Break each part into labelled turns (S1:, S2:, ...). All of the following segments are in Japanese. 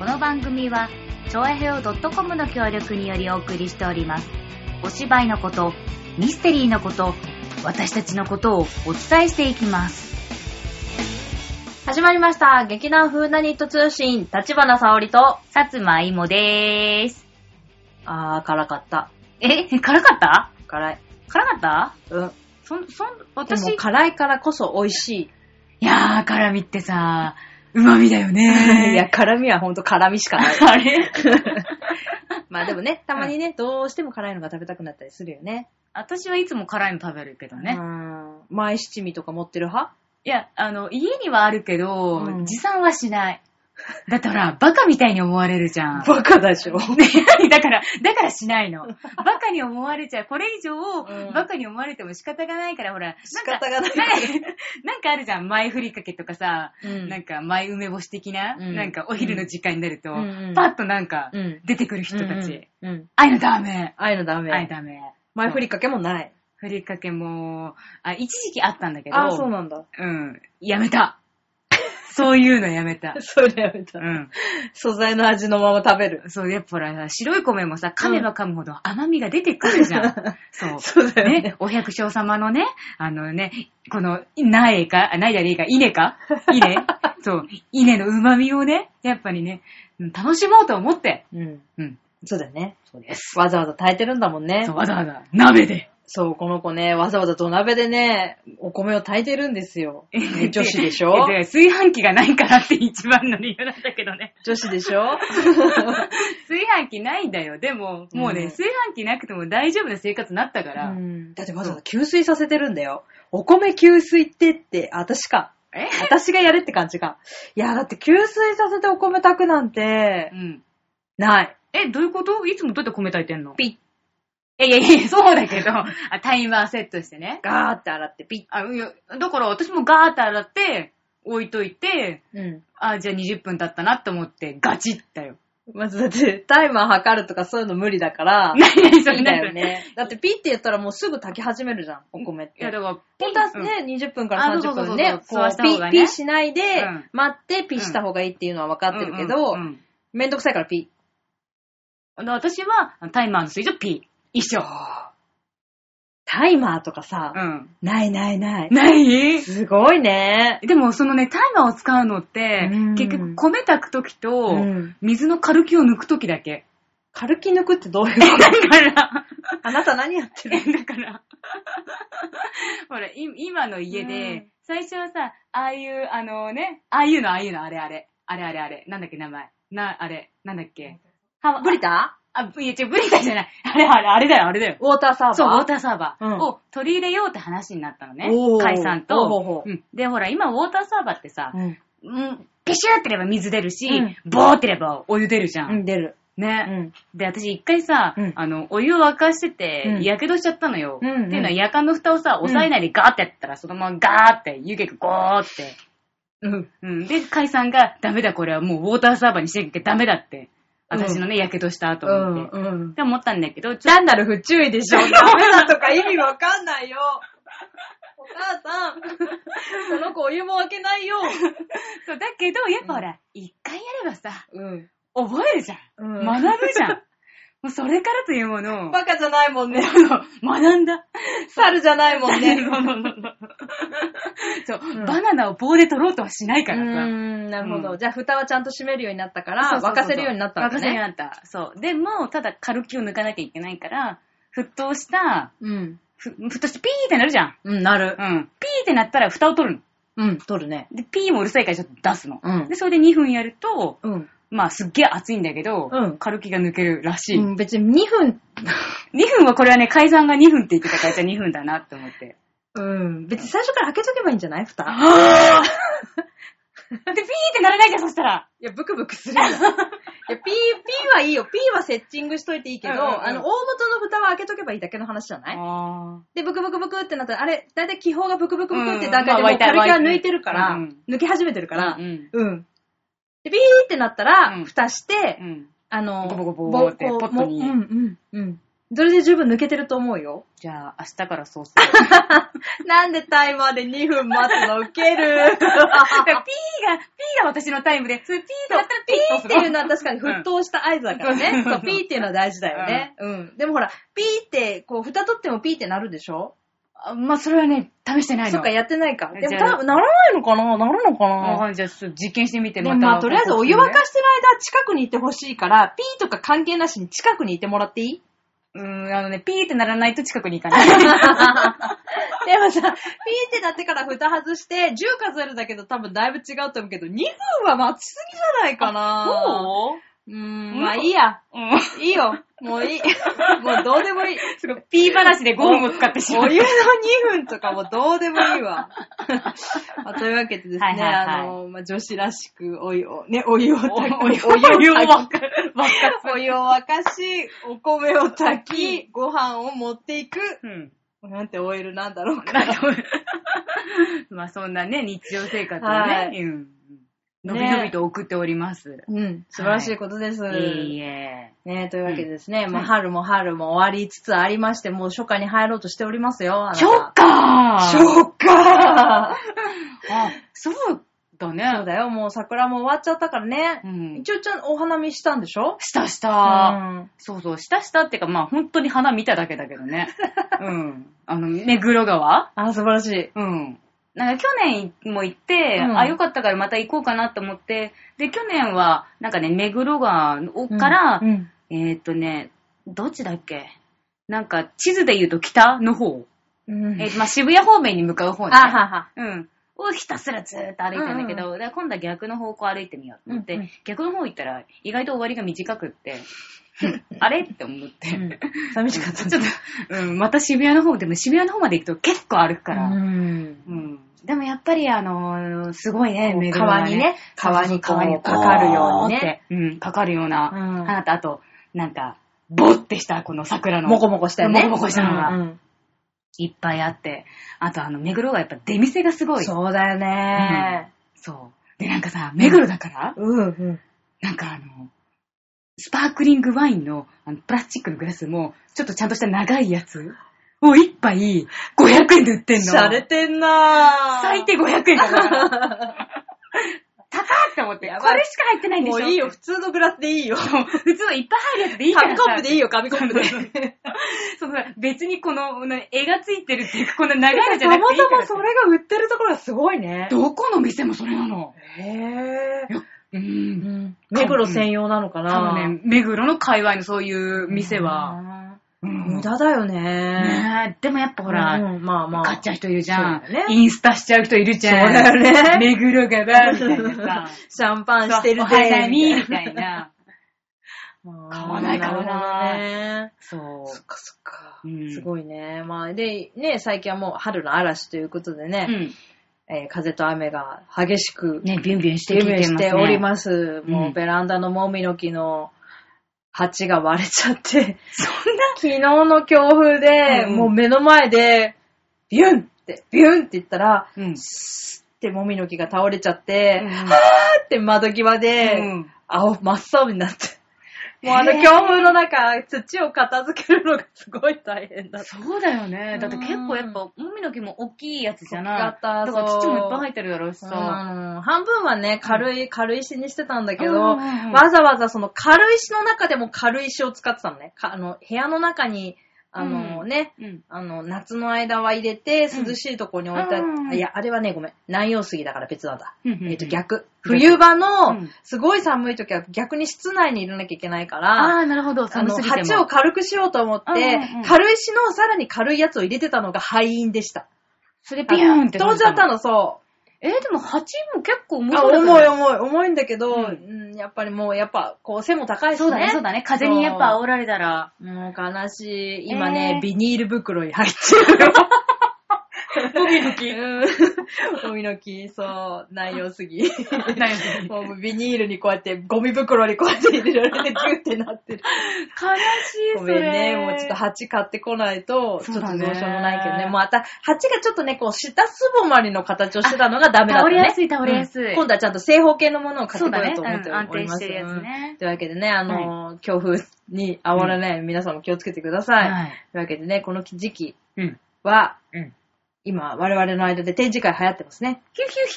S1: は、ちょえへお .com の協力によりお送りしております。お芝居のこと、ミステリーのこと、私たちのことをお伝えしていきます。
S2: 始まりました。劇団風ナニット通信、立花沙織と、
S1: さつまいもでーす。
S2: あー、辛かった。
S1: え、辛かった
S2: 辛い。
S1: 辛かった
S2: うん。
S1: そん、そん、
S2: で
S1: 私、
S2: も
S1: い
S2: 辛いからこそ美味しい。
S1: やー、辛味ってさ、旨味だよ
S2: いや、
S1: ね
S2: 辛みはほんと辛みしかな
S1: ー。
S2: い。
S1: あれ
S2: まあでもね、たまにね、どうしても辛いのが食べたくなったりするよね。
S1: 私はいつも辛いの食べるけどね
S2: う。ん。前七味とか持ってる派
S1: いや、あの、家にはあるけど、
S2: うん
S1: 持参はしない。だってほら、バカみたいに思われるじゃん。
S2: バカでしょ。
S1: ねだから、だからしないの。バカに思われちゃう。これ以上、
S2: うん
S1: バカに思われても仕方がないから、ほら、
S2: 仕
S1: なんか、
S2: 方がない。
S1: なんかあるじゃん。前ふりかけとかさ、
S2: うん
S1: なんか前梅干し的な、
S2: うん
S1: なんかお昼の時間になると、
S2: うんうん
S1: パッとなんか、
S2: うん。
S1: 出てくる人たち。
S2: うん。うん。
S1: ああいうのダメ。
S2: ああいうのダ
S1: ああいうの
S2: メ。
S1: ダメ。
S2: 前振りかけもない。
S1: ふりかけも、あ、一時期あったんだけど、
S2: あー、そうなんだ。
S1: うん。やめた。 そういうのやめた。
S2: それやめた
S1: う。ん。
S2: 素材の味のまま食べる。
S1: そう、やっぱほらさ、白い米もさ、噛めば噛むほど甘みが出てくるじゃん。そう。
S2: そうだよね
S1: ね、お百姓様のね、あのね、この、苗か、あ苗じゃねえか、稲か 稲そう。稲の旨味をね、やっぱりね、うん楽しもうと思って。
S2: うん。
S1: うん。
S2: そうだよね。
S1: そうです。
S2: わざわざ炊いてるんだもんね
S1: そう、。わざわざ、鍋で。
S2: そう、この子ね、わざわざ土鍋でね、お米を炊いてるんですよ。ね女子でし ょ
S1: で、炊飯器がないからって一番の理由なんだけどね。
S2: 女子で しょ
S1: 炊飯器ないんだよ。でも、もうね、
S2: うん
S1: 炊飯器なくても大丈夫な生活になったから。
S2: うんだってわざわざ給水させてるんだよ。お米給水ってって、私か。
S1: え
S2: 私がやれって感じか。いや、だって給水させてお米炊くなんて
S1: う、ん。
S2: ない。
S1: え、どういうこといつもどうやって米炊いてんの
S2: ピ
S1: いやいやいや、そうだけど、あタイマーセットしてね
S2: ッ、。ガーって洗ってピ
S1: あ、いや、だから私もガーって洗って、置いといて、
S2: ッ。うん。
S1: あ、じゃあ20分経ったなって思って、ガチったよ。
S2: まずだって、タイマー測るとかそういうの無理だから、
S1: 何何そ
S2: い
S1: れ
S2: いんだ
S1: 何
S2: よね。だってピッてやったらもうすぐ炊き始めるじゃん、お米って。
S1: いや、だから、
S2: 本当はね、20分から
S1: あそうそう
S2: 30
S1: そう
S2: 分ね、
S1: そう
S2: こ
S1: そう
S2: う
S1: した
S2: ピ
S1: 方が
S2: ッ、
S1: ね
S2: ピッしないで
S1: うん、
S2: 待ってピッした方がいいっていうのは分か
S1: う
S2: っ
S1: ん、
S2: てるけど
S1: うん、うん
S2: めんどくさいからピ
S1: うん私は、タイマーの水と P。一緒。
S2: タイマーとかさ
S1: う、ん。
S2: ないないない。
S1: ない
S2: すごいね。
S1: でも、そのね、タイマーを使うのって
S2: うん、
S1: 結局、米炊くときと
S2: うん、
S1: 水の軽気を抜くときだけ。
S2: 軽き抜くってどういう
S1: だ
S2: こ
S1: から、
S2: とあなた何やって
S1: だ
S2: る
S1: から、ほら、い今の家
S2: う
S1: で
S2: ん、
S1: 最初はさ、ああいう、あのね、ああいうの、ああいうの、あれあれ、あれあれあれ、なんだっけ、名前。な、あれ、なんだっけ。は
S2: ブリタ
S1: あ、いや、違う、ブリタじゃない。あれあれ、あれだよ、あれだよ。
S2: ウォーターサーバー
S1: そう、ウォーターサーバ
S2: うん
S1: ーを取り入れようって話になったのね
S2: お。ー
S1: 解散と。
S2: ほうほうほう
S1: うんで、ほら、今、ウォーターサーバーってさ、
S2: うん
S1: うん、ピシューってれば水出るし、
S2: うん
S1: ボーってればお湯出るじゃ。
S2: うんん、出る。う
S1: ね。
S2: ん。
S1: で、私一回さ、
S2: うん
S1: あの、お湯を沸かして
S2: う
S1: て
S2: ん、
S1: やけどしちゃったのよ。
S2: うんうん
S1: っていうのは、やかんの蓋をさ、押さえないでガーってやったら、そのままガーって、湯気がゴーって。
S2: うん。
S1: うん。で、解散が、ダメだ、これはもうウォーターサーバーにしなきゃダメだって。私のね、やけどしたと
S2: う
S1: 思
S2: ん
S1: って。。
S2: うん
S1: っ。て思ったんだけど、ちょっ
S2: 単なる不注意で しょ。ダメだとか意味わかんないよ。お母 さん、その子お湯も開けないよ。
S1: と、だけど、やっぱほら、一、回やればさ、
S2: うん。
S1: 覚えるじゃん。
S2: うん
S1: 学ぶ じゃん。もうそれからというものを、
S2: バカじゃないもん ね。
S1: 学んだ。
S2: 猿じゃないもん
S1: そ
S2: ね。
S1: うそうそうそうそう、
S2: うん
S1: バナナを棒で取ろうとはしないう
S2: ー
S1: からさ。
S2: ん、なるほど、
S1: うん
S2: じゃあ、蓋はちゃんと閉めるようになった
S1: そ
S2: か
S1: う
S2: ら、
S1: そうそう
S2: 沸かせるようになったんだ
S1: 沸かせるよ
S2: ね。
S1: うになった。そう。でも、ただ軽気を抜かなきゃいけないから、沸騰した、
S2: うん。
S1: ふ沸騰してピーってなるじゃん。
S2: うん、なる。
S1: うん。ピーってなったら蓋を取るの。
S2: うん、取るね。
S1: で、ピーもうるさいからちょっと出すの。
S2: うん
S1: で、それで2分やると、
S2: うん。
S1: まあすっげえ熱いんだけど、
S2: うん
S1: 軽気が抜けるらしい。
S2: うん、別に2分、
S1: 2分はこれはね、改ざんが2分って言ってたから、じゃあ2分だなって思って。
S2: うん、別に最初から開けとけばいいんじゃない蓋。
S1: で、ピーってならないじゃん、そしたら。
S2: いや、ブクブクす るよ。いや、ピー、ピーはいいよ。ピーはセッチングしといていいけど、
S1: うんうんうん
S2: あの、大元の蓋は開けとけばいいだけの話じゃない
S1: あ
S2: で、ブクブクブクってなったら、あれ、だいたい気泡がブクブクブクって
S1: うん
S2: 段階
S1: まあ
S2: でも
S1: 湧
S2: う
S1: いた
S2: 軽気は抜いてるから、
S1: 湧いてる
S2: 抜け始めてるから、
S1: うん
S2: うん。で、ビーってなった
S1: う
S2: ら、
S1: ん
S2: 蓋して、
S1: うん。
S2: あの、
S1: ボコボコボコって
S2: こう
S1: ポットに
S2: もうんうんうん。それで十分抜けてると思うよ。
S1: じゃあ、明日からそうす る。
S2: なんでタイマーで2分待つのウケ る
S1: だから P が、P が私のタイムで、それ P だったら P
S2: ピーっていうの
S1: は、
S2: は確かに沸騰した合図だから
S1: う
S2: ね
S1: ん。
S2: そう、ピーっていうのは大事だよね。うん。でもほら、ピーって、こう、蓋取ってもピーってなるでしょ
S1: あまあ、それはね、試してないの。
S2: そっか、やってないか。で
S1: じ
S2: も
S1: ゃあ
S2: 多分、ならないのかななるのかな
S1: あじゃあ、ちょっと実験してみて、
S2: で
S1: ま
S2: も
S1: た。
S2: まあ、とりあえずお湯沸かしてる間、近くにいてほしいから、ピーとか関係なしに近くにいてもらっていいう
S1: ーん、あのね、ピーってならないと近くに行か ない。
S2: でもさ、ピーってなってから蓋外して、10数えるだけど多分だいぶ違うと思うけど、2分は待ちすぎじゃないかなううーん、まあいいや。
S1: うん。
S2: いいよ。も ういい。もうどうでもいい。
S1: すごい、ピー話で5分を使ってしま
S2: お
S1: う。
S2: 湯の2分とかもどうでもい いわ。まあというわけでですね、
S1: はいはいはい
S2: あの、まあ、女子らしくお湯を、ね、お湯を炊き、
S1: お湯を沸か
S2: お湯を沸かし、お米を炊き、ご飯を持っていく、
S1: うん。
S2: なんて OL なんだろうか。
S1: なんか まあ、そんなね、日常生活をね、
S2: はい
S1: うん。のびのびと送っております。
S2: うん、素晴らしいことです。
S1: いいえ。
S2: ねというわけでですね、
S1: うん
S2: もう
S1: はい
S2: 春も春も終わりつつありまして、もう初夏に入ろうとしておりますよ。あなた
S1: ショッカー
S2: 初夏
S1: あ、そうだね。
S2: そうだよ、もう桜も終わっちゃったからね。
S1: うん。
S2: 一応ちゃんお花見したんでしょ
S1: したし
S2: う
S1: た。
S2: ん。
S1: そうそう、したしたってか、まあ本当に花見ただけだけど ね。うん。あの、目黒川
S2: あ、素晴らしい。
S1: うん。なんか去年も行って、
S2: うん
S1: あ、よかったからまた行こうかなと思って、で、去年は、なんかね、目黒川から、
S2: うんうん
S1: えーっとね、どっちだっけなんか、地図で言うと北の方。
S2: うん
S1: えーまあ渋谷方面に向かう方ね。
S2: あはは。
S1: うん。をひたすらずーっと歩いてんだけど、で今度は逆の方向歩いてみようと思って、
S2: うんうん
S1: 逆の方行ったら意外と終わりが短く って、あれって思って。
S2: うん寂しかった。
S1: ちょっと、うん、また渋谷の方、でも渋谷の方まで行くと結構歩くから。
S2: う
S1: うん。
S2: ん。
S1: でもやっぱりあのーすごいね、目黒
S2: 川
S1: は
S2: にね、
S1: そう
S2: 川
S1: そう
S2: に
S1: 川に
S2: こうかかるように
S1: こー
S2: ね。。
S1: ってうん、かかるような
S2: うん
S1: 花と、あと、なんか、ぼってしたこの桜の
S2: もこもこしたよね。
S1: もこもこしたのが
S2: うんうん
S1: いっぱいあって、あとあの、目黒がやっぱ出店がすごい。
S2: そうだよね。
S1: そう。で、なんかさ、目黒だから、
S2: うんうん。
S1: なんかあの、スパークリングワインのあのプラスチックのグラスも、ちょっとちゃんとした長いやつを一杯500円で売ってんの。
S2: 洒落てんなぁ。
S1: 最低500円だ から。高っって思って、
S2: や
S1: こ
S2: ばい
S1: れしか入ってないんでし
S2: も
S1: ょ
S2: ういいよ、普通のグラスでいいよ。
S1: 普通はいっぱい入るやつでいいから
S2: 紙
S1: さ
S2: コップでいいよ、紙コップで。
S1: その別にこの、な絵がついてるっていうか、こんな長いのじゃなく
S2: た
S1: て
S2: ま
S1: いいか
S2: た
S1: ら
S2: ま
S1: さ
S2: それが売ってるところがすごいね。
S1: どこの店もそれなの。
S2: へぇー。
S1: う。
S2: うんん目黒専用なのか
S1: 多
S2: な
S1: 分ね、目黒の界隈のそういう店は。。う
S2: うん
S1: ん
S2: 無駄だよね。
S1: ねえでもやっぱほら、
S2: うんまあまあ。
S1: 買っちゃう人いるじゃん。
S2: そうだよね
S1: インスタしちゃう人いるじ
S2: そう
S1: ゃん。
S2: だよね。
S1: 目黒川みたいなさ。
S2: シャンパンしてる
S1: お花見みたい。な。買
S2: 買
S1: わない買わない
S2: い。
S1: そ
S2: そっかそっか
S1: う。ん
S2: すごいね。まあ、で、ね、最近はもう春の嵐ということで
S1: う。う
S2: ね、
S1: ん。
S2: えー風と雨が激しく、
S1: ね、ビュンビュンして
S2: デ
S1: き
S2: ビュ
S1: て
S2: ー
S1: ます
S2: し
S1: ね。
S2: ております。
S1: うん
S2: もうベランダのもみの木の鉢が割れちゃって、
S1: す。
S2: 昨日の強風で、
S1: うん
S2: もう目の前で、ビュンって、ビュンって言ったら、
S1: そんな。うん。
S2: スッってもみの木が倒れちゃって、
S1: うん
S2: はーって窓際で、
S1: うん
S2: 青、真っ青になって。もうあの
S1: へー
S2: 強風の中、土を片付けるのがすごい大変だった。
S1: そうだよね。だって結構やっぱ、
S2: う
S1: もみの木も大きいやつじゃ
S2: 大
S1: な
S2: き
S1: い。
S2: かった
S1: だから
S2: そう
S1: 土もいっぱい入ってるだろうしさ。
S2: うん半分はね、軽い、軽石にしてたんだけど、
S1: うんうんうん
S2: わざわざその軽石の中でも軽石を使ってたのね。かあの、部屋の中に、あの
S1: う
S2: ね、
S1: うん。
S2: あの、夏の間は入れて、涼しいとこに置いた、
S1: うん
S2: いや、あれはね、ごめん。南洋杉だから別なんだ。
S1: うんうんうん
S2: えっ、と、逆。冬場
S1: う
S2: の
S1: ん、
S2: すごい寒い時は逆に室内にいらなきゃいけないか
S1: あ
S2: ら、
S1: あ、なるほど。
S2: あ
S1: 寒
S2: の、
S1: すぎても。
S2: 鉢を軽くしようと思って、
S1: うんうんうん
S2: 軽石のさらに軽いやつを入れてたのが灰印でした。
S1: それビューンって
S2: 飛んじゃったの、そう。
S1: えー、でも鉢も結構重
S2: あ
S1: そうだけど
S2: 重い重い、重いんだけど、
S1: う
S2: うんんやっぱりもう、やっぱ、こう、背も高いしね。
S1: そうだね、そうだね。風にやっぱ煽られたら。
S2: もう悲しい。今ね、
S1: えー
S2: ビニール袋に入ってるよ。
S1: ボギーの木。
S2: うん。ゴミの木、そう、内容 すぎ。
S1: だよね
S2: もうビニールにこうやって、ゴミ袋にこうやって入れられて、ギュってなってる。
S1: 悲しい、
S2: ご
S1: そ
S2: め
S1: れ。
S2: んね、もうちょっと鉢買ってこないと、ちょ
S1: そ
S2: っ
S1: う
S2: とど
S1: だ
S2: う
S1: ね
S2: しようもないけどね。もうあた、鉢がちょっとね、こう、下すぼまりの形をしてたのがダメ
S1: あ
S2: だったね。
S1: 倒れやすい倒れやすい
S2: うん今度はちゃんと正方形のものを買って
S1: そう
S2: こ
S1: だ
S2: よ
S1: ね
S2: うと思って
S1: うん安
S2: おり
S1: 定
S2: ま
S1: し
S2: す。
S1: てるやつね。
S2: というわけでね、あのー、強風にあわれない皆さんも気をつけてください。
S1: はい
S2: というわけでね、この時期
S1: うん。
S2: は、
S1: うん。
S2: 今、我々の間で展示会流行ってますね。
S1: ヒュヒュヒ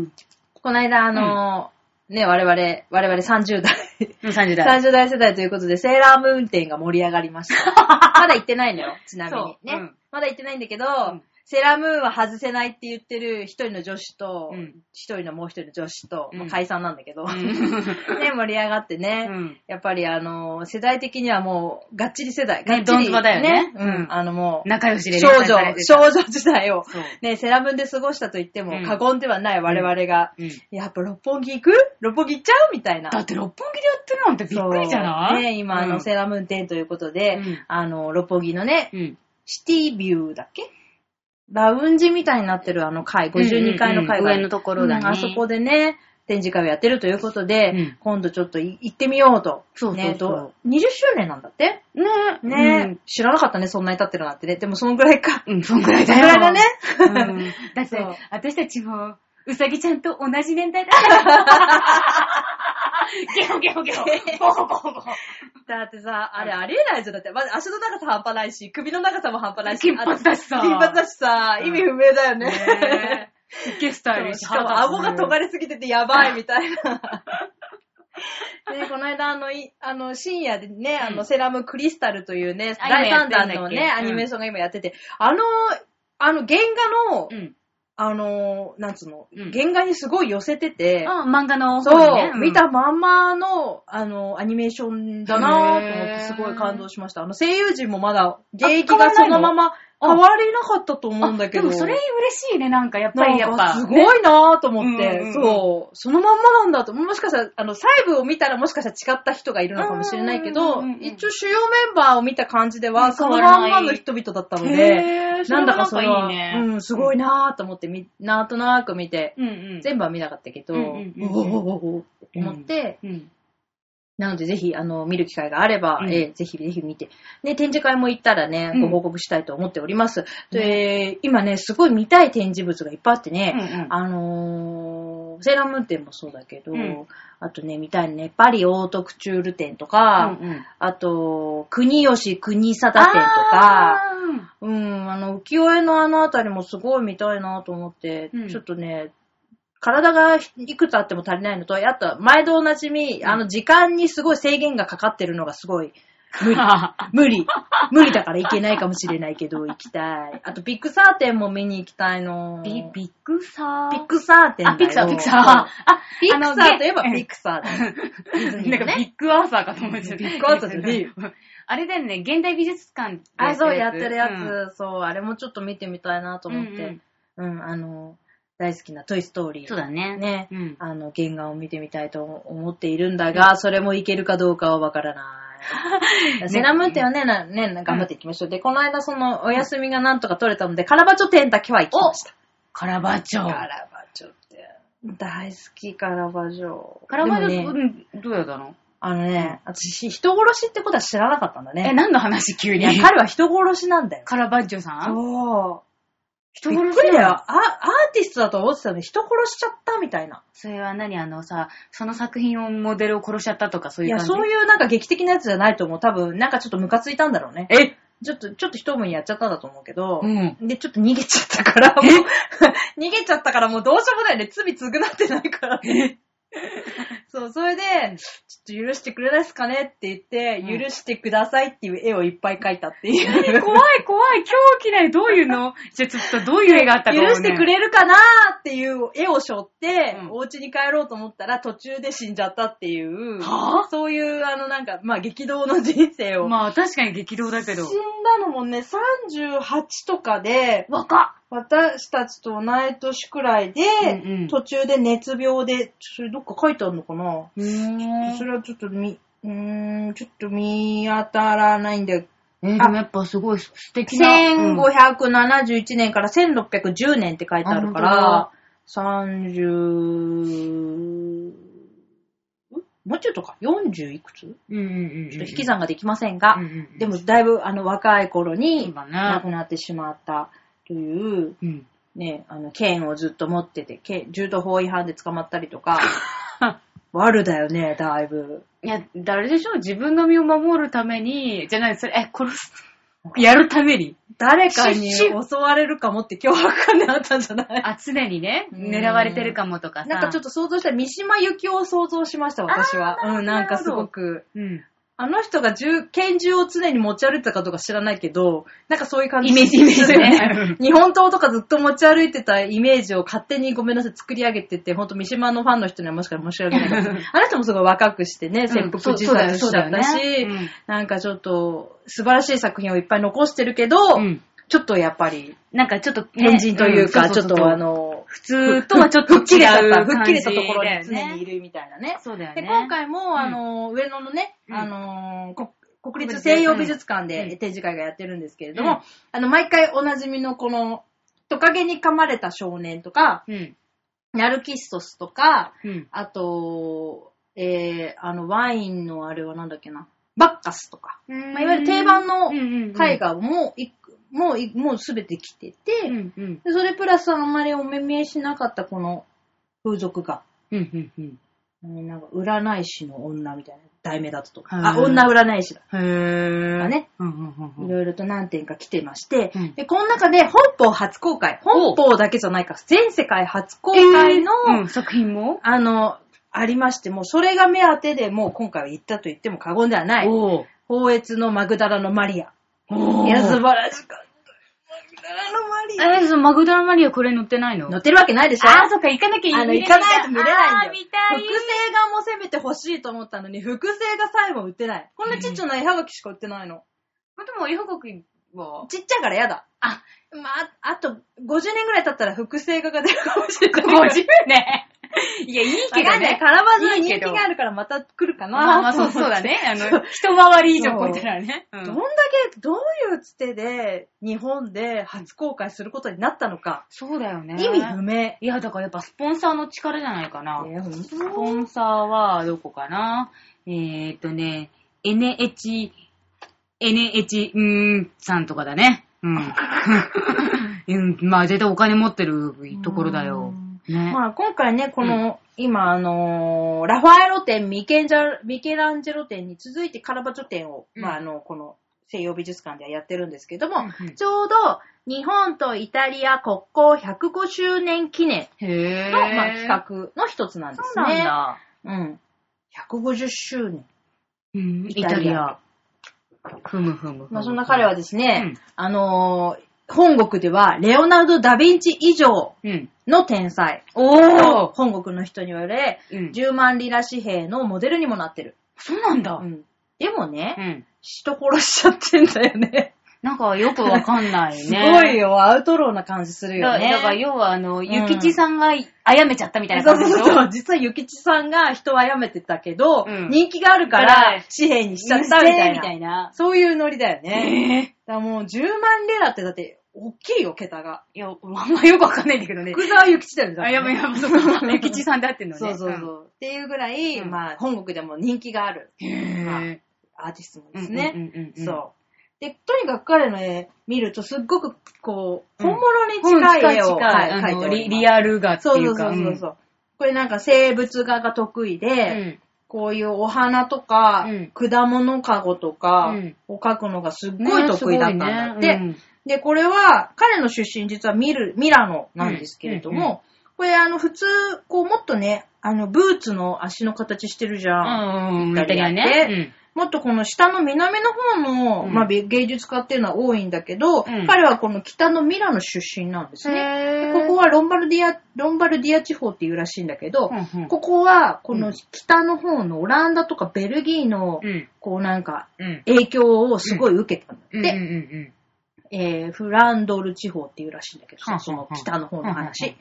S1: ュー。
S2: この間、あのーね、我々、我々30代、
S1: もう30代。
S2: 30代世代ということで、セーラームーン展が盛り上がりました。 まだ行ってないのよ、ちなみに。ね。
S1: そううん
S2: まだ行ってないんだけど、
S1: ん
S2: セーラームーンは外せないって言ってる一人の女子と
S1: うん、
S2: 一、人のもう一人の女子と、
S1: うん
S2: まあ解散なんだけど、
S1: う
S2: ね、
S1: ん
S2: 盛り上がってね。
S1: うん
S2: やっぱりあのー、世代的にはもう、がっちり世
S1: ね
S2: 代。がっち
S1: どん
S2: り
S1: ずばだよね
S2: うん。
S1: うん
S2: あのもう、
S1: 仲良しで
S2: 少女、少女時代を
S1: そう、
S2: ね、セラムンで過ごしたと言って
S1: う
S2: も
S1: ん
S2: 過言ではない我々が、
S1: うん
S2: やっぱ六本木行く六本木行っちゃうみたいな。
S1: だって六本木でやってるなんてびっくりじゃない
S2: そうね、今、あ
S1: う
S2: の、
S1: ん
S2: セラムーン店ということで、
S1: うん
S2: あの、六本木のね、
S1: うん。
S2: シティビューだっけラウンジみたいになってるあの階、52階の階
S1: うんうんうん
S2: がある、
S1: 上のところだね
S2: うんあそこでね、展示会をやってるということで、
S1: うん
S2: 今度ちょっとい行ってみようと。
S1: そうそうそう
S2: ねと20周年なんだって
S1: ねえ。
S2: ね、知らなかったね、そんなに経ってるなんてね。でもそのぐらいか。
S1: うん。うん、そんぐらいだよ。
S2: そんぐらいだ
S1: う
S2: ね
S1: ん。だっ
S2: そ
S1: て
S2: う、
S1: 私たちも、うさぎちゃんと同じ年代だ から。ゲホゲホゲホ。ボコボコボコ。
S2: だってさ、あれありえないじゃん。だって、まず足の長さ半端ないし、首の長さも半端ないし。
S1: 金髪だしさ
S2: あと金髪だしさ、
S1: うん
S2: 意味不明だよね。
S1: ねえ。すっげえスタイリッシ
S2: し
S1: ュ。
S2: かも顎が尖りすぎててやばいみたい な。ね、この間、あの、いあの深夜でね、あ
S1: う
S2: の、
S1: ん
S2: セラムクリスタルというね、
S1: あ
S2: 第
S1: 今や
S2: 3
S1: っ
S2: 弾
S1: てんだっけ
S2: のね、
S1: うん
S2: アニメーションが今やってて、あの、あの、原画の、
S1: うん。
S2: あの、なんつうの、
S1: うん
S2: 原画にすごい寄せてて、
S1: あ、漫画の
S2: そ
S1: 方ね。
S2: う、見たまんまの、あの、アニメーションだなぁと思って
S1: へー
S2: すごい感動しました。あの、声優陣もまだ、現役がそのまま
S1: 変
S2: 変
S1: わんないの
S2: わりなかったと思うんだけど。
S1: あでもそれ嬉しいね、なんか、やっぱ
S2: な
S1: り、
S2: ん
S1: やっ
S2: か
S1: ぱ。
S2: すごいなぁと思って、
S1: うんうんうん
S2: そう、そのまんまなんだと、もしかしたら、あの、細部を見たらもしかしたら違った人がいるのかもしれないけど、
S1: うんうんうんうん
S2: 一応主要メンバーを見た感じでは、
S1: うん
S2: そ
S1: 変
S2: の
S1: わらない
S2: まんまの人々だったので、
S1: へー
S2: なんだかそ
S1: そ
S2: れ
S1: れは
S2: は、
S1: なんかいいね。
S2: うん、すごいなぁと思って、みなんとなく見て、
S1: うんうん。
S2: 全部は見なかったけど、
S1: うんうんうんうん
S2: おおおおって思って、
S1: うん。
S2: なのでぜひ、あの、見る機会があれば、
S1: うん
S2: えーぜひぜひ見て、ね、展示会も行ったらね
S1: う、ん
S2: ご報告したいと思っております。で、今ね、すごい見たい展示物がいっぱいあって
S1: うんう
S2: ね、
S1: ん
S2: あのーセーラームーン展もそうだけど、
S1: うん
S2: あとね、見たいね、パリオートクチュール展とか、
S1: うんうん
S2: あと、国吉国貞展とか、うん、あの、浮世絵のあのあたりもすごい見たいなと思って、
S1: うん
S2: ちょっとね、体がいくつあっても足りないのと、あと、前とおなじみ、
S1: ん
S2: あの、時間にすごい制限がかかってるのがすごい、無理。
S1: あ
S2: 無理。無理だから行けないかもしれないけど、行きたい。あと、ピクサー展も見に行きたいの
S1: ー。ビビッグサー。
S2: ピクサー展だよ。
S1: あ、ピクサー、ピクサー。
S2: そう
S1: あ、
S2: ピク
S1: あの
S2: サーといえば
S1: ゲ
S2: ピクサーだよ。ディズニー
S1: なん
S2: の
S1: か
S2: ね
S1: ビッグアーサーかと思っちゃった。
S2: ビッグアーサーじゃねえよ
S1: あれだよね、現代美術館で
S2: あ、そう、や
S1: や
S2: っ
S1: ってて
S2: る
S1: る
S2: や
S1: や
S2: つ、
S1: つ。
S2: そう、あれもちょっと見てみたいなと思って、
S1: うん
S2: うん、あの、大好きなトイストーリー。
S1: そうだね。
S2: ね、
S1: うん
S2: あの、原画を見てみたいと思っているんだが、それもいけるかどうかはわからない。セラムーテ はね、なね、な頑張っていきましょう。で、この間その、お休みがなんとか取れたので、カラバチョ店だけは行きました。
S1: カラバチョ。
S2: カラバチョって、大好き、カラバチョ。
S1: カラバチョ、
S2: でも
S1: う
S2: ね、
S1: んどうやったの
S2: あのね、私、人殺しってことは知らなかったんだ
S1: え、
S2: ね。
S1: 何の話急
S2: い
S1: に
S2: や、彼は人殺しなんだよ。
S1: カラバッチョさん
S2: そう。
S1: 人
S2: びっ
S1: 殺
S2: く
S1: し
S2: りだよ。あアーティストだと思ってたのに人殺しちゃったみたいな。
S1: それは何あのさ、その作品をモデルを殺しちゃったとかそう
S2: い
S1: いう
S2: や、
S1: 感じ
S2: そういうなんか劇的なやつじゃないと思う。多分、なんかちょっとムカついたんだろうね。
S1: え
S2: ちょっと、ちょっと一文やっちゃったんだと思うけど、
S1: うん。
S2: で、ちょっと逃げちゃったから、もう、 逃げちゃったからもうどうしようもないね。罪償ってないから。そう、それで、ちょっと許してくれないですかねって言って、
S1: うん
S2: 許してくださいっていう絵をいっぱい描いたっていう。
S1: 怖い怖い、狂 気ない、どういうのじゃあちょっとどういう絵があったかをね
S2: 許してくれるかなーっていう絵を背負って、
S1: うん
S2: お家に帰ろうと思ったら途中で死んじゃったっていう、
S1: はぁ
S2: そういうあのなんか、まあ激動の人生を。
S1: まあ確かに激動だけ
S2: 死ん
S1: ど。
S2: だのもね、38とかで、
S1: 若っ
S2: 私たちと同い年くらいで、
S1: うんうん
S2: 途中で熱病で、それどっか書いてあるのかな、
S1: うーん
S2: それはちょっとみ、うーん、ちょっと見当たらないんだ
S1: えーでもやっぱすごい素敵な。
S2: 1571年から1610年って書いてあるか
S1: あ
S2: ら、30、んもうちょっとか、40いくつちょ
S1: うんうんうんうん。
S2: っと引き算ができませんが、
S1: うんうんうん
S2: でもだいぶあの若い頃
S1: そう
S2: に
S1: だね
S2: 亡くなってしまったという、
S1: うん。
S2: ね、あの、剣をずっと持ってて、剣銃刀法違反で捕まったり とか、悪だよね、だいぶ。
S1: いや、誰でしょう自分の身を守るために、じゃない、それ、え、殺す、やるために。
S2: 誰かに
S1: シュッシ
S2: 襲
S1: ュ
S2: われるかもって脅迫感であったんじゃない
S1: あ、常にね、
S2: うん
S1: 狙われてるかもとかさ。
S2: なんかちょっ
S1: っ
S2: と想像した、三島由紀夫を想像しました、私は。うん、なんかすごく。
S1: と、うん。
S2: あの人が銃、拳銃を常に持ち歩いてたかどうか知らないけど、なんかそういう感じ
S1: イメージイメージ
S2: するよ
S1: ね
S2: 日本刀とかずっと持ち歩いてたイメージを勝手にごめんなさい、作り上げてて、ほんと三島のファンの人にはもしかしたら申し訳ないけど、あの人もすごい若くしてね、切腹自殺しちゃった
S1: うんそうそうだ
S2: し、
S1: よねうん
S2: なんかちょっと素晴らしい作品をいっぱい残してるけど、
S1: うん
S2: ちょっとやっぱり、
S1: なんかちょっとね、
S2: 変人というか、
S1: ん
S2: ち
S1: そ
S2: ょ
S1: そ
S2: っ
S1: そ
S2: とあ、の、
S1: 普通とはちょっと違
S2: ふっきりした
S1: う
S2: ふっきりしたところ
S1: 感
S2: に
S1: じだよ
S2: 常にい
S1: ね。
S2: るみたいなね。
S1: そうだよね。
S2: で、今回
S1: ん
S2: も、あの、上野のね、
S1: うん
S2: あの、こ国立
S1: 国立
S2: 西洋美術館
S1: うん
S2: で展示会がやってるんですけれど
S1: うん
S2: も、あの、毎回おなじみのこの、トカゲに噛まれた少年とか、
S1: うん。
S2: ナルキストスとか、
S1: うん。
S2: あと、えー、あの、ワインのあれはなんだっけな、バッカスとか、
S1: ま
S2: まあ、いわゆる定番の絵
S1: 絵。
S2: 画もいく、もうい、もうすべて来てて、
S1: うんうん。
S2: でそれプラスあんまりお目見えしなかったこの風俗画。
S1: うんうんうん。
S2: うんなんか、占い師の女みたいな題名だったとか。
S1: はい
S2: あ、女占い師だ。
S1: へぇー。
S2: がね。
S1: うんうんうんう
S2: い
S1: ん。
S2: ろいろと何点か来てまして、
S1: うん
S2: で、この中で本邦初公開、本邦だけじゃないか、全世界初公開の、
S1: うん作品も
S2: あの、ありまして、もうそれが目当てでもう今回は行ったと言っても過言ではない。
S1: おー
S2: 宝越のマグダラのマリア。
S1: おー
S2: いや、素晴らしかった。マグダラのマリア。
S1: えー、そのマグダラマリアこれ乗ってないの
S2: 乗ってるわけないでしょ
S1: あー、そっか、行かなきゃ
S2: あの、行かないと見れないんだよ。
S1: あー、見たい。
S2: 複製画もせめて欲しいと思ったのに、複製画さえも売ってない。こんなちっちゃな絵はがきしか売ってないの。
S1: まあ、でも、洋国は。
S2: ちっちゃいからやだ。
S1: あ、
S2: まあ、あと、50年ぐらい経ったら複製画が出るかもしれない。
S1: もう自分ね。 いや、いいけどね。
S2: カラバズはい
S1: い
S2: 人
S1: けど
S2: 気があるからまた来るかな
S1: まあまあ、 そうそうだね。あの、一回り以上超えたらね。う
S2: どん
S1: ん
S2: だけ、どういうつてで、日本で初公開することになったのか、
S1: そうだよね。
S2: 意味不明。
S1: いや、だからやっぱスポンサーの力じゃないかな。
S2: えーほんと
S1: スポンサーはどこかなえーっとね、NH、NH、うーん、さんとかだね。 うん。うん、まあ絶対お金持ってるところだよ。ね。
S2: まあ、今回ね、この、今、あのーラファエロ展、ミケンジャミケランジェロ展に続いてカラバチョ展を、
S1: うん
S2: まあ、あの、この西洋美術館ではやってるんですけども、
S1: うんうん
S2: ちょうど日本とイタリア国交105周年記念
S1: へぇー。
S2: の、まあ、企画の一つなんで
S1: そう
S2: すね。
S1: なんだ。
S2: うん。150周年。
S1: うん、イ
S2: イ
S1: タ
S2: タ
S1: リ
S2: リ
S1: ア
S2: ア。
S1: ふむふむ。
S2: まあ、そんな彼は
S1: す
S2: ですね、
S1: うん
S2: あのー本国では、レオナルド・ダ・ヴィンチ以上
S1: うん。
S2: の天才。
S1: おー
S2: 本国の人によれ、
S1: うん
S2: 10万リラ紙幣のモデルにもなってる。
S1: そうなんだ。
S2: うんでもね、
S1: ん。
S2: 人殺しちゃってんだよね。
S1: なんかよくわかんないね。
S2: すごいよ、アウトローな感じするよ
S1: だ
S2: ね。
S1: だから要はあの、
S2: ん
S1: ゆきちさんがあやめちゃったみたいな
S2: そう
S1: 感じでし
S2: そ
S1: ょ
S2: うそう。実は、ゆきちさんが人はやめてたけど、
S1: うん
S2: 人気があるか
S1: から
S2: ら、紙幣にしちゃったみたいな。
S1: な。
S2: そういうノリだよね。
S1: え
S2: だからもう10万レラってだって、大きいよ、桁が。
S1: いや、あんまよくわかんないんだけどね。
S2: 福沢諭吉だよね。だか
S1: あ、
S2: ら
S1: や
S2: ね
S1: ばいやばい、そうそう。ゆきちさんで合ってんのね。
S2: そうそうそう。っていうぐらい、
S1: うん
S2: まあ、本国でも人気がある
S1: うん。へ
S2: アーティストなん
S1: ぇ
S2: ですね。
S1: ね
S2: そう。で、とにかく彼の絵見ると、すっごく、こう、
S1: うん
S2: 本物に近い絵
S1: 近
S2: を
S1: い
S2: はい
S1: あ
S2: 描い
S1: の
S2: ており
S1: リ
S2: ます。
S1: リアルがって
S2: そう
S1: い
S2: そうう
S1: か。
S2: そうそうそうう。これなんか生物画が得意
S1: ん
S2: で、
S1: うん
S2: こういうお花とか、
S1: うん
S2: 果物かごとか
S1: うん
S2: を描くのがすっ
S1: ね
S2: ごい得意だったんだって。
S1: すごいね
S2: で、これは、彼の出身実はミル、ミラノなんですけれども、
S1: うんうんう
S2: これあの、普通、こう、もっとね、あの、ブーツの足の形してるじ
S1: う
S2: ゃん。
S1: ん。うん、イ
S2: イ
S1: タ
S2: タ
S1: リ
S2: リ
S1: ア
S2: ア
S1: ね
S2: ね。もっとこの下の南の方
S1: う
S2: の、
S1: ん
S2: まあ、美芸術家っていうのは多いんだけど、
S1: うん
S2: 彼はこの北のミラノ出身なんですね。
S1: へ
S2: で
S1: ー
S2: ここはロンバルディア、ロンバルディア地方っていうらしいんだけど、
S1: うんうん
S2: ここは、こ
S1: うん
S2: の北の方のオランダとかベルギーの、
S1: うん。
S2: こうなんか、
S1: うん。
S2: 影響をすごい受けたんだって。
S1: うんうんうん
S2: えーフランドル地方っていうらしいんだけど
S1: はあ
S2: さ、その北の方
S1: はあ
S2: の
S1: はあ
S2: 話。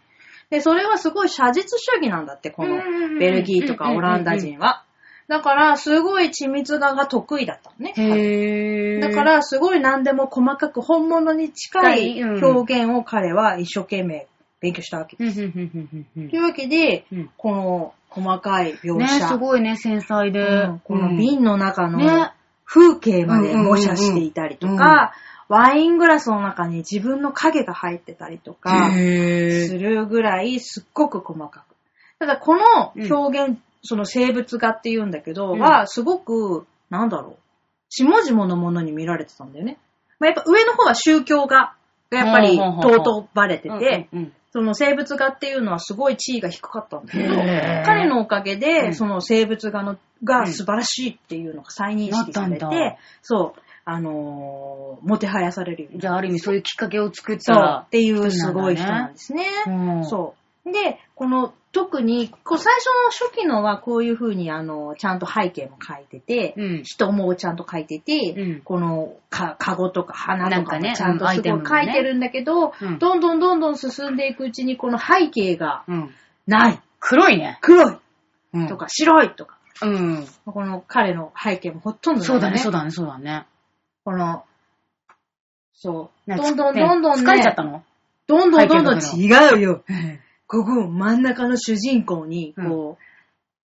S2: で、それはすごい写実主義なんだって、このベルギーとかオランダ人は。だから、すごい緻密画が得意だったのね。
S1: へー。
S2: だか、ら、すごい何でも細かく本物に近い
S1: 近いうん
S2: 表現を彼は一生懸命勉強したわけ。
S1: うん、うん、うん、うん、
S2: というわけで、
S1: うん。
S2: この細かい描
S1: ね、
S2: 写、
S1: すごいね、繊細で。
S2: うんこの
S1: ン
S2: 瓶の中の
S1: ね
S2: 風景まで模写していたりと
S1: うんうんうんうん
S2: か、ワイングラスの中に自分の影が入ってたりとか、
S1: へ
S2: す
S1: ー。
S2: るぐらいすっごく細かく。ただこの表現、その生物画って言うんだけど、
S1: うん
S2: はすごく、なんだろう、下々のものに見られてたんだよね。まあ、やっぱ上の方は宗教画がやっぱり
S1: ほうほうほうほう
S2: 尊ばれてて、
S1: うん、
S2: その生物画っていうのはすごい地位が低かったんだけど、
S1: へー
S2: 彼のおかげで、
S1: うん
S2: その生物画のが素晴らしいっていうのが再認識さ
S1: なっ
S2: れて、
S1: たんだ
S2: そう、あのーもてはやされるように
S1: じゃあ、ある意味そういうきっかけを作っ
S2: そ
S1: た
S2: う、
S1: ら
S2: っ。ていうすごい人
S1: 人
S2: な
S1: なんん
S2: ですね。
S1: うん
S2: そう。で、この、特に、こう最初の初期のはこういう風に、あの、ちゃんと背景も書いてて、
S1: うん
S2: 人もちゃんと書いてて、
S1: うん
S2: このか、カゴとか花
S1: な
S2: と
S1: ん
S2: か
S1: か
S2: も
S1: ね
S2: ちゃんとすごい
S1: うん
S2: 書いてるんだけど、
S1: うん
S2: どんどんどんどん進んでいくうちに、この背景が
S1: うん。
S2: ない。
S1: 黒いね。
S2: 黒い
S1: うん
S2: と。か白いとか、
S1: うん。
S2: この彼の背景もほとんどない、
S1: そうだね、そうだね、そうだね。
S2: この、そう。
S1: ね
S2: どんどんどんどん
S1: 疲れちゃったの
S2: どんどんどんどん
S1: 背
S2: 違
S1: 景
S2: うよ。ここ、真ん中の主人公に、こう、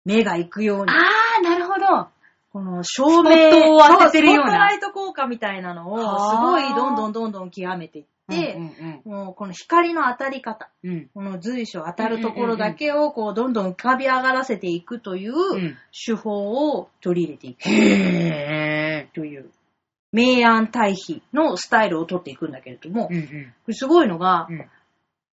S2: 目が行くよう に、
S1: あー、なるほど。
S2: この照明
S1: スポットを当ててるような
S2: そスポットライト効果みたいなのを、
S1: は
S2: すご
S1: あ
S2: いどんどんどんどん極めていって、
S1: うん
S2: もうこの光の当たり方、
S1: うんうん。
S2: この随所当たるところだけを、こう、どんどん浮かび上がらせていくという
S1: うん
S2: 手法を取り入れていく
S1: へ
S2: という、明暗対比のスタイルを取っていくんだけれども
S1: ー。、ん
S2: すごいのが、
S1: ん。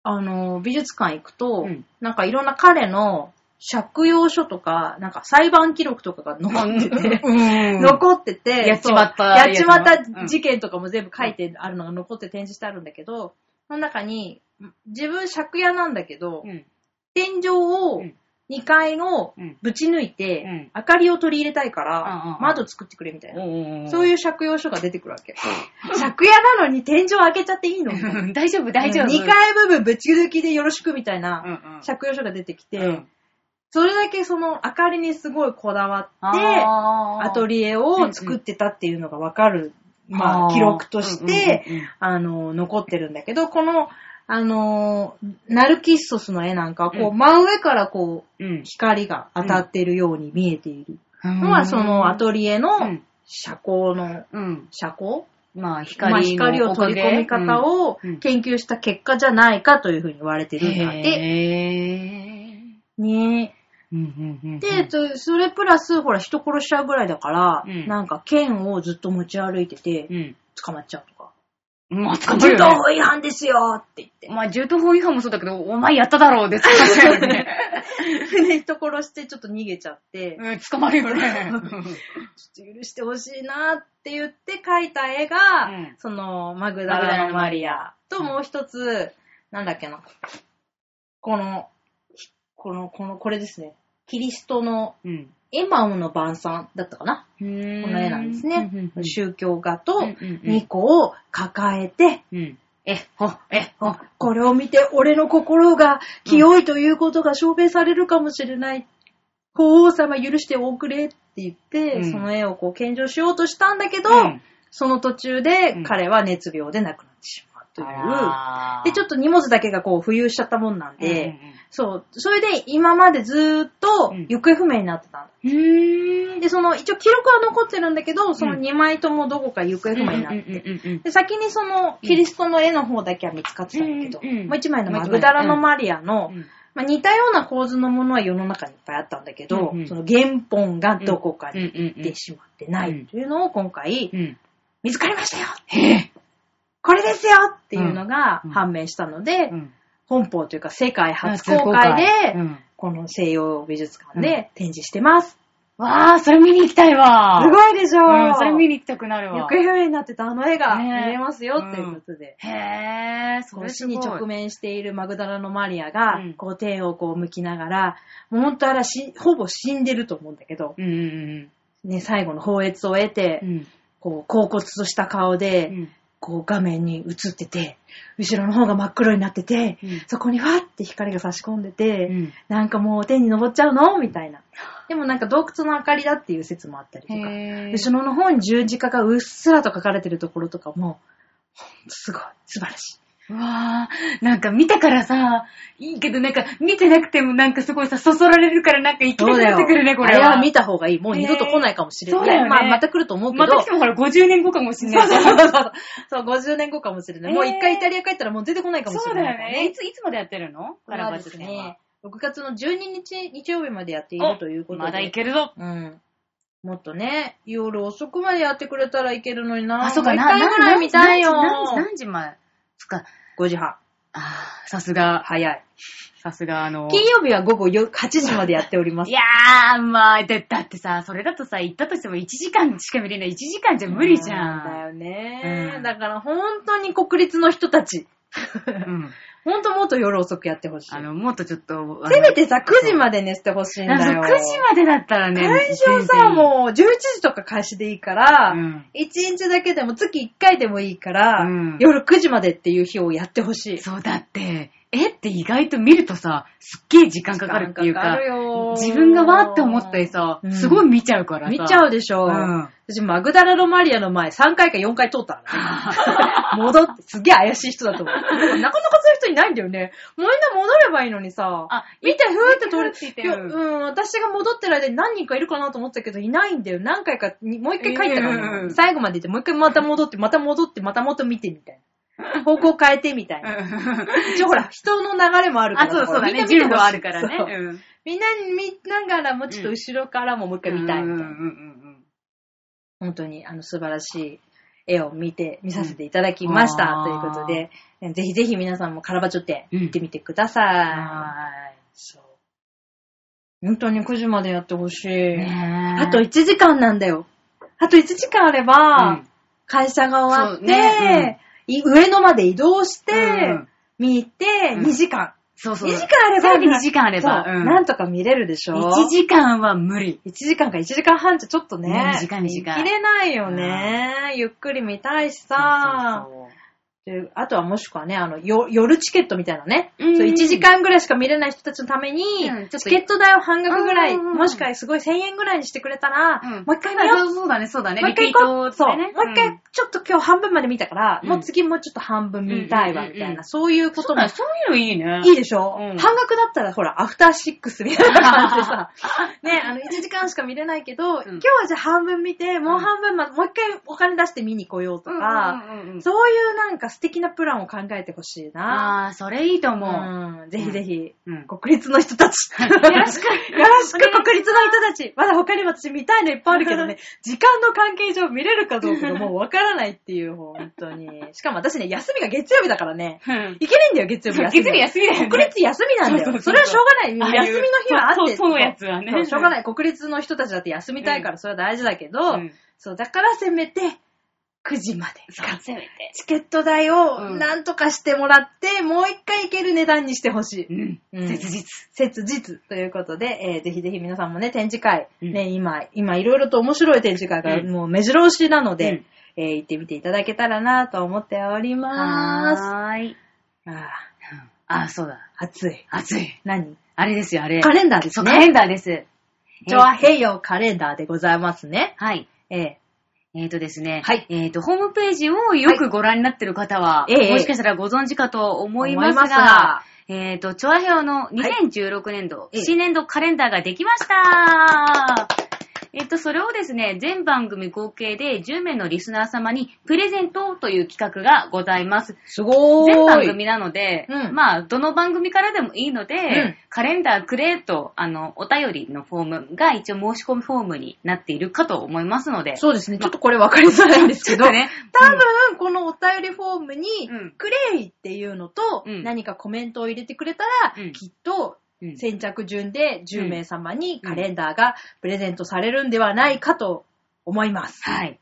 S2: あの、美術館行くと、
S1: うん
S2: なんかいろんな彼の借用書とか、なんか裁判記録とかが残ってて、
S1: うん。
S2: 残ってて、
S1: やっちまった
S2: そうやっちまっ
S1: やつも
S2: た
S1: ね
S2: 事件とかも全部書いてあるのが残って展示してあるんだけど、その中に、自分借家なんだけど、
S1: うん。
S2: 天井を
S1: うん
S2: 2階を
S1: うん
S2: ぶち抜いて、
S1: うん
S2: 明かりを取り入れたいか
S1: うんうん
S2: ら
S1: う、ん
S2: 窓作ってくれみたいな。
S1: お
S2: そう
S1: い
S2: いう借用書が出てくるわけ。借家なのに天井開けちゃっていいのみたいな
S1: うん。大丈夫、大丈夫。
S2: 2階部分ぶち抜きでよろしくみたいな
S1: うんうん。
S2: 借用書が出てきて、
S1: うん
S2: それだけその明かりにすごいこだわって、
S1: あー
S2: アトリエを作ってたっていうのがわかる、ま
S1: あ
S2: あ、
S1: ー
S2: 記録として、
S1: うんうんうんうん
S2: あの、残ってるんだけど、この、あの、ナルキッソスの絵なんかは、こ
S1: う
S2: う、
S1: ん
S2: 真上からこう、
S1: うん。
S2: 光が当たってるように見えているの
S1: の
S2: は、そのアトリエの
S1: うん
S2: 遮光の、
S1: うん。
S2: 遮光
S1: まあ、
S2: まあ
S1: 光
S2: 光
S1: の
S2: を
S1: おか
S2: 取
S1: げ
S2: り込み方を
S1: うんうん
S2: 研究した結果じゃないかというふうに言われてるんだって。
S1: へー。
S2: ね
S1: うんうんうんうん
S2: で、とそれプラス、ほら、人殺しちゃうぐらいだから、
S1: うん
S2: なんか剣をずっと持ち歩いてて
S1: う、ん。
S2: 捕まっちゃうとか。
S1: まあ、捕まる
S2: 銃
S1: よね
S2: 刀法違反ですよって言っ
S1: まあ、銃刀法違反もそうだけど、お前やっただろう です。捕まるよね
S2: て。 で、人殺してちょっと逃げちゃって、
S1: うん、捕まるよね。
S2: ちょっと許してほしいなって言って描いた絵が、
S1: うん
S2: その、マグダラのマリアと
S1: グダラのマリア
S2: もう一つ、なんだっけな。この、この、この、これですね。キリストの
S1: うん。
S2: エマオの晩餐だったかな、
S1: この
S2: この絵なんですね。宗教画と
S1: うんうんうん
S2: 2個を抱えて、
S1: うん。え、ほ、え、ほ。
S2: これを見て俺の心が清いということが証明されるかもしれない。法皇様許しておくれって言っ
S1: う
S2: て、
S1: ん
S2: その絵をこう献上しようとしたんだけど、
S1: うん
S2: その途中で
S1: うん
S2: 彼は熱病で亡くなってしまうという。で、ちょ
S1: っ
S2: っと荷物だけがこう浮遊しちゃったもんなんで、そう。それで今までずーっと
S1: うん
S2: 行方不明になってたんだ
S1: うん。うん
S2: で、その、一応記録は残ってるんだけど、その
S1: うん
S2: 2枚ともどこか行方不明になって、で、先にその、キリストの絵の方だけは見つかってたんだけど、
S1: うんうんうん
S2: もう1枚のマグダラのマリアの、
S1: うん
S2: まあ、似たような構図のものは世の中にいっぱいあったんだけど、
S1: うんうん
S2: その原本がどこか
S1: うんう
S2: に
S1: んう
S2: 行っ
S1: ん
S2: てしまってな
S1: うん
S2: いというのを今回、
S1: うん。
S2: 見つかりましたよ
S1: へえ。
S2: これですよっていうのが
S1: うん
S2: 判明したので、
S1: うん
S2: 本邦というか世界初公開で、
S1: うん
S2: この西洋美術館で展示してます。
S1: わあ、それ見に行きたいわ。
S2: すごいでしょ、
S1: うん、それ見に行きたくなる
S2: 行
S1: わ
S2: 方。不明になってたあの絵が見
S1: ねえ
S2: れますよっていうことで。
S1: へえ、そ
S2: こう
S1: れ
S2: 死
S1: す
S2: に
S1: ごい。
S2: 直面しているマグダラのマリアが
S1: うん、
S2: こう手をこう向きながら、もう本当あれはしほぼ死んでると思うんだけど、
S1: うんうん
S2: ね、最後の放越を得て
S1: う、ん。
S2: こう、恍惚とした顔で、
S1: うん
S2: こう画面に映ってて、後ろの方が真っ黒になってて、
S1: うん
S2: そこにファって光が差し込んでて、
S1: うん
S2: なんかもう天に登っちゃうのみたいな。でもなんか洞窟の明かりだっていう説もあったりとか、
S1: へー
S2: 後ろの方に十字架がうっすらと書かれてるところとかも、ほんとすごい、素晴ら しい。
S1: うわぁ、なんか見たからさ、いいけどなんか見てなくてもなんかすごいさ、そそられるからなんか行きたくなってくるね、これ
S2: あれ
S1: は。
S2: は見た方がいい。もう二度と来ないかもしれない。
S1: ねそうだよね
S2: まあ、また来ると思うけど。
S1: また来てもほら50年後かもしん
S2: そ
S1: な
S2: う
S1: い
S2: そう
S1: じゃん
S2: そうそう。そう、50年後かもしれない。もう
S1: ね
S2: 一回イタリア帰ったらもう出てこないかもし
S1: そう
S2: れな
S1: だ
S2: い
S1: よ
S2: から、
S1: ね。いつ、いつまでやってるの
S2: これはです
S1: カラバ
S2: ね、6月の12日、日曜日までやってい
S1: チョ展は
S2: るということで。
S1: まだいけるぞ。
S2: うん。もっとね、夜遅くまでやってくれたらいけるのにな。
S1: あ、そうか、
S2: も
S1: な、
S2: 一回ぐらい見たいよ。
S1: 何時、何時、何時前つか、
S2: 5時半。
S1: あーさすが、
S2: 早い。
S1: さすがあの、
S2: 金曜日は午後よ8時までやっております
S1: い。やー、まあ、だだってさ、それだとさ、行ったとしても1時間しか見れない。1時間 じゃ無理じゃ
S2: そうだ
S1: ん。
S2: よね、
S1: うん
S2: だから本当に国立の人た ち。
S1: うん。
S2: 本当もっと夜遅くやってほしい。
S1: あの、もっとちょっと、あの
S2: せめてさ、9時まで寝してほしいん
S1: なん
S2: だ
S1: か
S2: よ。
S1: 9時までだったらね。
S2: 会場さ、もう11時とか開始でいいから、
S1: うん
S2: 1日だけでも月1回でもいいから、
S1: うん
S2: 夜9時までっていう日をやってほしい。
S1: そうだって、えって意外と見るとさ、すっげえ時間かかるっていうか、
S2: 時間かかるよ
S1: 自分がわーって思ってさ、
S2: うん
S1: すごい見ちゃうからさ。
S2: 見ちゃう
S1: で
S2: でしょ、
S1: うん
S2: 私、マグダラ・ロマリアの前3回か4回通った のね戻って、すげえ怪しい人だと思う。なかなかそういう人いないんだよね。もうみんな戻ればいいのにさ、
S1: あ
S2: 見て、ふーって通る。
S1: 見て
S2: い
S1: る
S2: や
S1: って言ってる
S2: うん、私が戻ってる間に何人かいるかなと思ったけど、いないんだよ。何回かに、もう一回帰ったからね、
S1: うん
S2: 最後まで行って、もう一回また戻って、また戻って、また元見てみたい な。方向変えてみたいな。一応ほら、人の流れもあるから。
S1: あ、そうそうだ
S2: みん
S1: ね。
S2: な見て
S1: 柔
S2: ほしい
S1: 道あるからね。
S2: そう
S1: うん
S2: みんな見ながらも、ちょっと後ろからももう一回見たいみたい
S1: うん
S2: な。
S1: うん
S2: 本当にあの素晴らしい絵を見て、見させていただきました。
S1: うん
S2: ということで、えぜひぜひ皆さんもカラバチョって
S1: うん
S2: 行ってみてください。
S1: うん。は
S2: そう。本当に9時までやってほしい。
S1: ーい。ねえ
S2: あと1時間なんだよ。あと1時間あれば、
S1: うん
S2: 会社が終わっ
S1: そ
S2: て、
S1: うね
S2: い上野まで移動して、
S1: うん
S2: 見て、
S1: うん
S2: 2時間。
S1: そうそう。
S2: 2時間あれば、
S1: せめて2時間あれば。
S2: そう
S1: うん
S2: なんとか見れるでしょ。
S1: 1時間は無理。
S2: 1時間か1時間半ってちょっとね。
S1: ね短い短い
S2: 見切れないよね。ゆっくり見たいしさ
S1: そう。そうそう
S2: であとはもしくはね、あの、よ夜チケットみたいなね。
S1: う
S2: そうん1時間ぐらいしか見れない人たちのために
S1: うんちょっ、と
S2: チケット代を半額ぐらい、
S1: うんうんうん
S2: もしくはすごい1000円ぐらいにしてくれたら、
S1: うん
S2: もう一回見よう。
S1: そうだね、そうだね。
S2: もう一回
S1: リ
S2: 行
S1: ピ
S2: こ
S1: ー
S2: う。
S1: ト
S2: そ
S1: で
S2: う。も
S1: ね
S2: う一回、ちょっと今日半分まで見たから、
S1: うん
S2: もう次もうちょっと半分見たい
S1: うんうん
S2: わ、みた
S1: う
S2: い
S1: んう
S2: な。
S1: ん
S2: そういうこ
S1: そ
S2: と
S1: う
S2: も
S1: だね、そういうのいいね。
S2: いいでしょ、
S1: うん
S2: 半額だったら、ほら、アフターシックスみたいな感じで さ、ね、あの、1時間しか見れないけど、今日はじゃあ半分見て、もう半分ま、もう一回お金出して見に来ようとか、
S1: うんうんうんうん
S2: そういうなんか素敵なプランを考えてほしいな。
S1: ああ、それいいと思う。
S2: うん、ぜひぜひ、
S1: うん
S2: 国立の人た ち。 よ
S1: ろしく
S2: よろしく、国立の人たち。まだ他にも私見たいのいっぱいあるけどね、時間の関係上見れるかどうかがもうわからないっていう、本当に。しかも私ね、休みが月曜日だから ね。
S1: うん
S2: いけないんだよ、月曜日休み。
S1: 月曜日休みだよね
S2: 国立休みなんだよ。
S1: そ
S2: そう
S1: そうそう
S2: れはしょうがな
S1: ああ
S2: い。
S1: いう
S2: 休みの日はあって。
S1: そうそうそうのやつはね
S2: そうしょうがない。国立の人たちだって休みたいから、それは大事だけど、
S1: うん
S2: そう、だからせめて、9時まで。
S1: せめて。
S2: チケット代を
S1: うん
S2: なんとかしてもらって、もう一回行ける値段にしてほしい。
S1: うん。
S2: うん
S1: 切実。
S2: 切実ということで、えーぜひぜひ皆さんもね、展示会、
S1: うん
S2: ね、今、今いろいろと面白い展示会が
S1: うん
S2: もう目白押しなので、えー行ってみていただけたらなと思っております。
S1: はーい。
S2: あー
S1: あ、そうだ。
S2: 暑い。
S1: 暑い。
S2: 何
S1: あれですよ、あれ。
S2: カレンダーです
S1: そう、カレ
S2: ね。
S1: ンダーです。
S2: ジョアヘイヨカレンダーでございますね。
S1: はい。
S2: え
S1: えーとですね。
S2: はい
S1: えーと、ホームページをよくご覧になってる方は、
S2: はいええ
S1: もしかしたらご存知かと思います
S2: 思います
S1: が
S2: が、
S1: えーと、チョアヘオの2016年度、
S2: ええ
S1: 新年度カレンダーができました、えっと、それをですね、全番組合計で10名のリスナー様にプレゼントという企画がございます。
S2: すごーい。
S1: 全番組なので、
S2: うん
S1: まあ、どの番組からでもいいので、
S2: ん
S1: カレンダーくれと、あの、お便りのフォームが一応申し込みフォームになっているかと思いますので、
S2: そうですね。ちょっとこれ分かりづらいんですけど、
S1: ちょっとね
S2: 多分、このお便りフォームに
S1: うん、
S2: クレイっていうのと、
S1: うん
S2: 何かコメントを入れてくれたら、
S1: うん
S2: きっ
S1: う
S2: と、
S1: ん
S2: 先着順で10名様にカレンダーがプレゼントされるんではないかと思います。
S1: はい。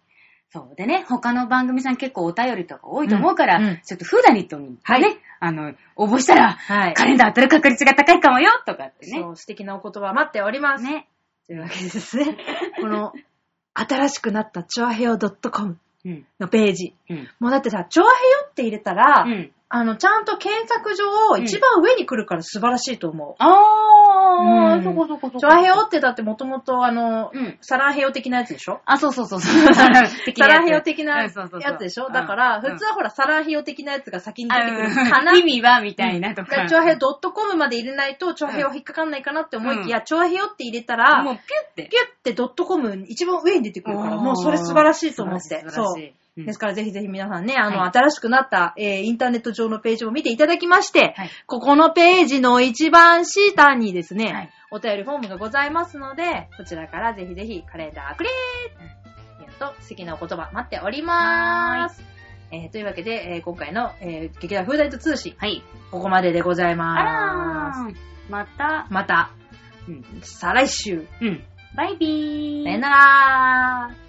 S1: そう。でね、他の番組さん結構お便りとか多いと思うから、
S2: うんうん
S1: ちょっとフーダニットに、ね、
S2: はい
S1: あの、応募したら、
S2: はい
S1: カレンダー当たる確率が高いかもよとかってね
S2: そ。う、素敵なお言葉待っております。
S1: ね。
S2: というわけでですね、この、新しくなったチョアヘオ .com、
S1: うん。
S2: のページ。
S1: うん。
S2: もうだってさ、チョアヘヨって入れたら、
S1: うん。
S2: あの、ちゃんと検索上、
S1: うん
S2: 一番上に来るから素晴らしいと思う。
S1: あー、
S2: うん
S1: そこそこそこ。
S2: チョアヘヨってだってもともとあの、
S1: うん
S2: サランヘヨ的なやつでしょ
S1: あ、そう そうそうそう。サラ
S2: サランヘヨ的な
S1: う
S2: や
S1: んそうそうそう
S2: つでしょだから、
S1: うん
S2: 普通はほら、サランヘヨ的なやつが先に出てくる
S1: うん
S2: かな。
S1: 意味はみたいなと
S2: だか
S1: か。
S2: ら、チョアヘヨ .com まで入れないと、チョアヘヨ引っかかんないかなって思いきや、チョアヘヨって入れたら、
S1: もう
S2: ピ
S1: ピュって。
S2: ュってドットコム一番上に出てくるから、
S1: おー
S2: もうそれ素晴らしいと思っ
S1: 素晴
S2: て。
S1: らしい
S2: そ
S1: 素
S2: う
S1: 晴らしい。うん
S2: ですからぜひぜひ皆さんね、あの、
S1: はい
S2: 新しくなった、えーインターネット上のページを見ていただきまして、
S1: はい
S2: ここのページの一番下にですね、
S1: はい
S2: お便りフォームがございますので、そちらからぜひぜひカレンダーくれーと素敵なお言葉待っております。えーというわけで、えー今回の、えー劇団風大と通信、
S1: はい。
S2: ここまででござい
S1: あら
S2: ます。
S1: ー。また、
S2: また、
S1: うん。
S2: 再来週、
S1: うん。バイビー。
S2: さよならー。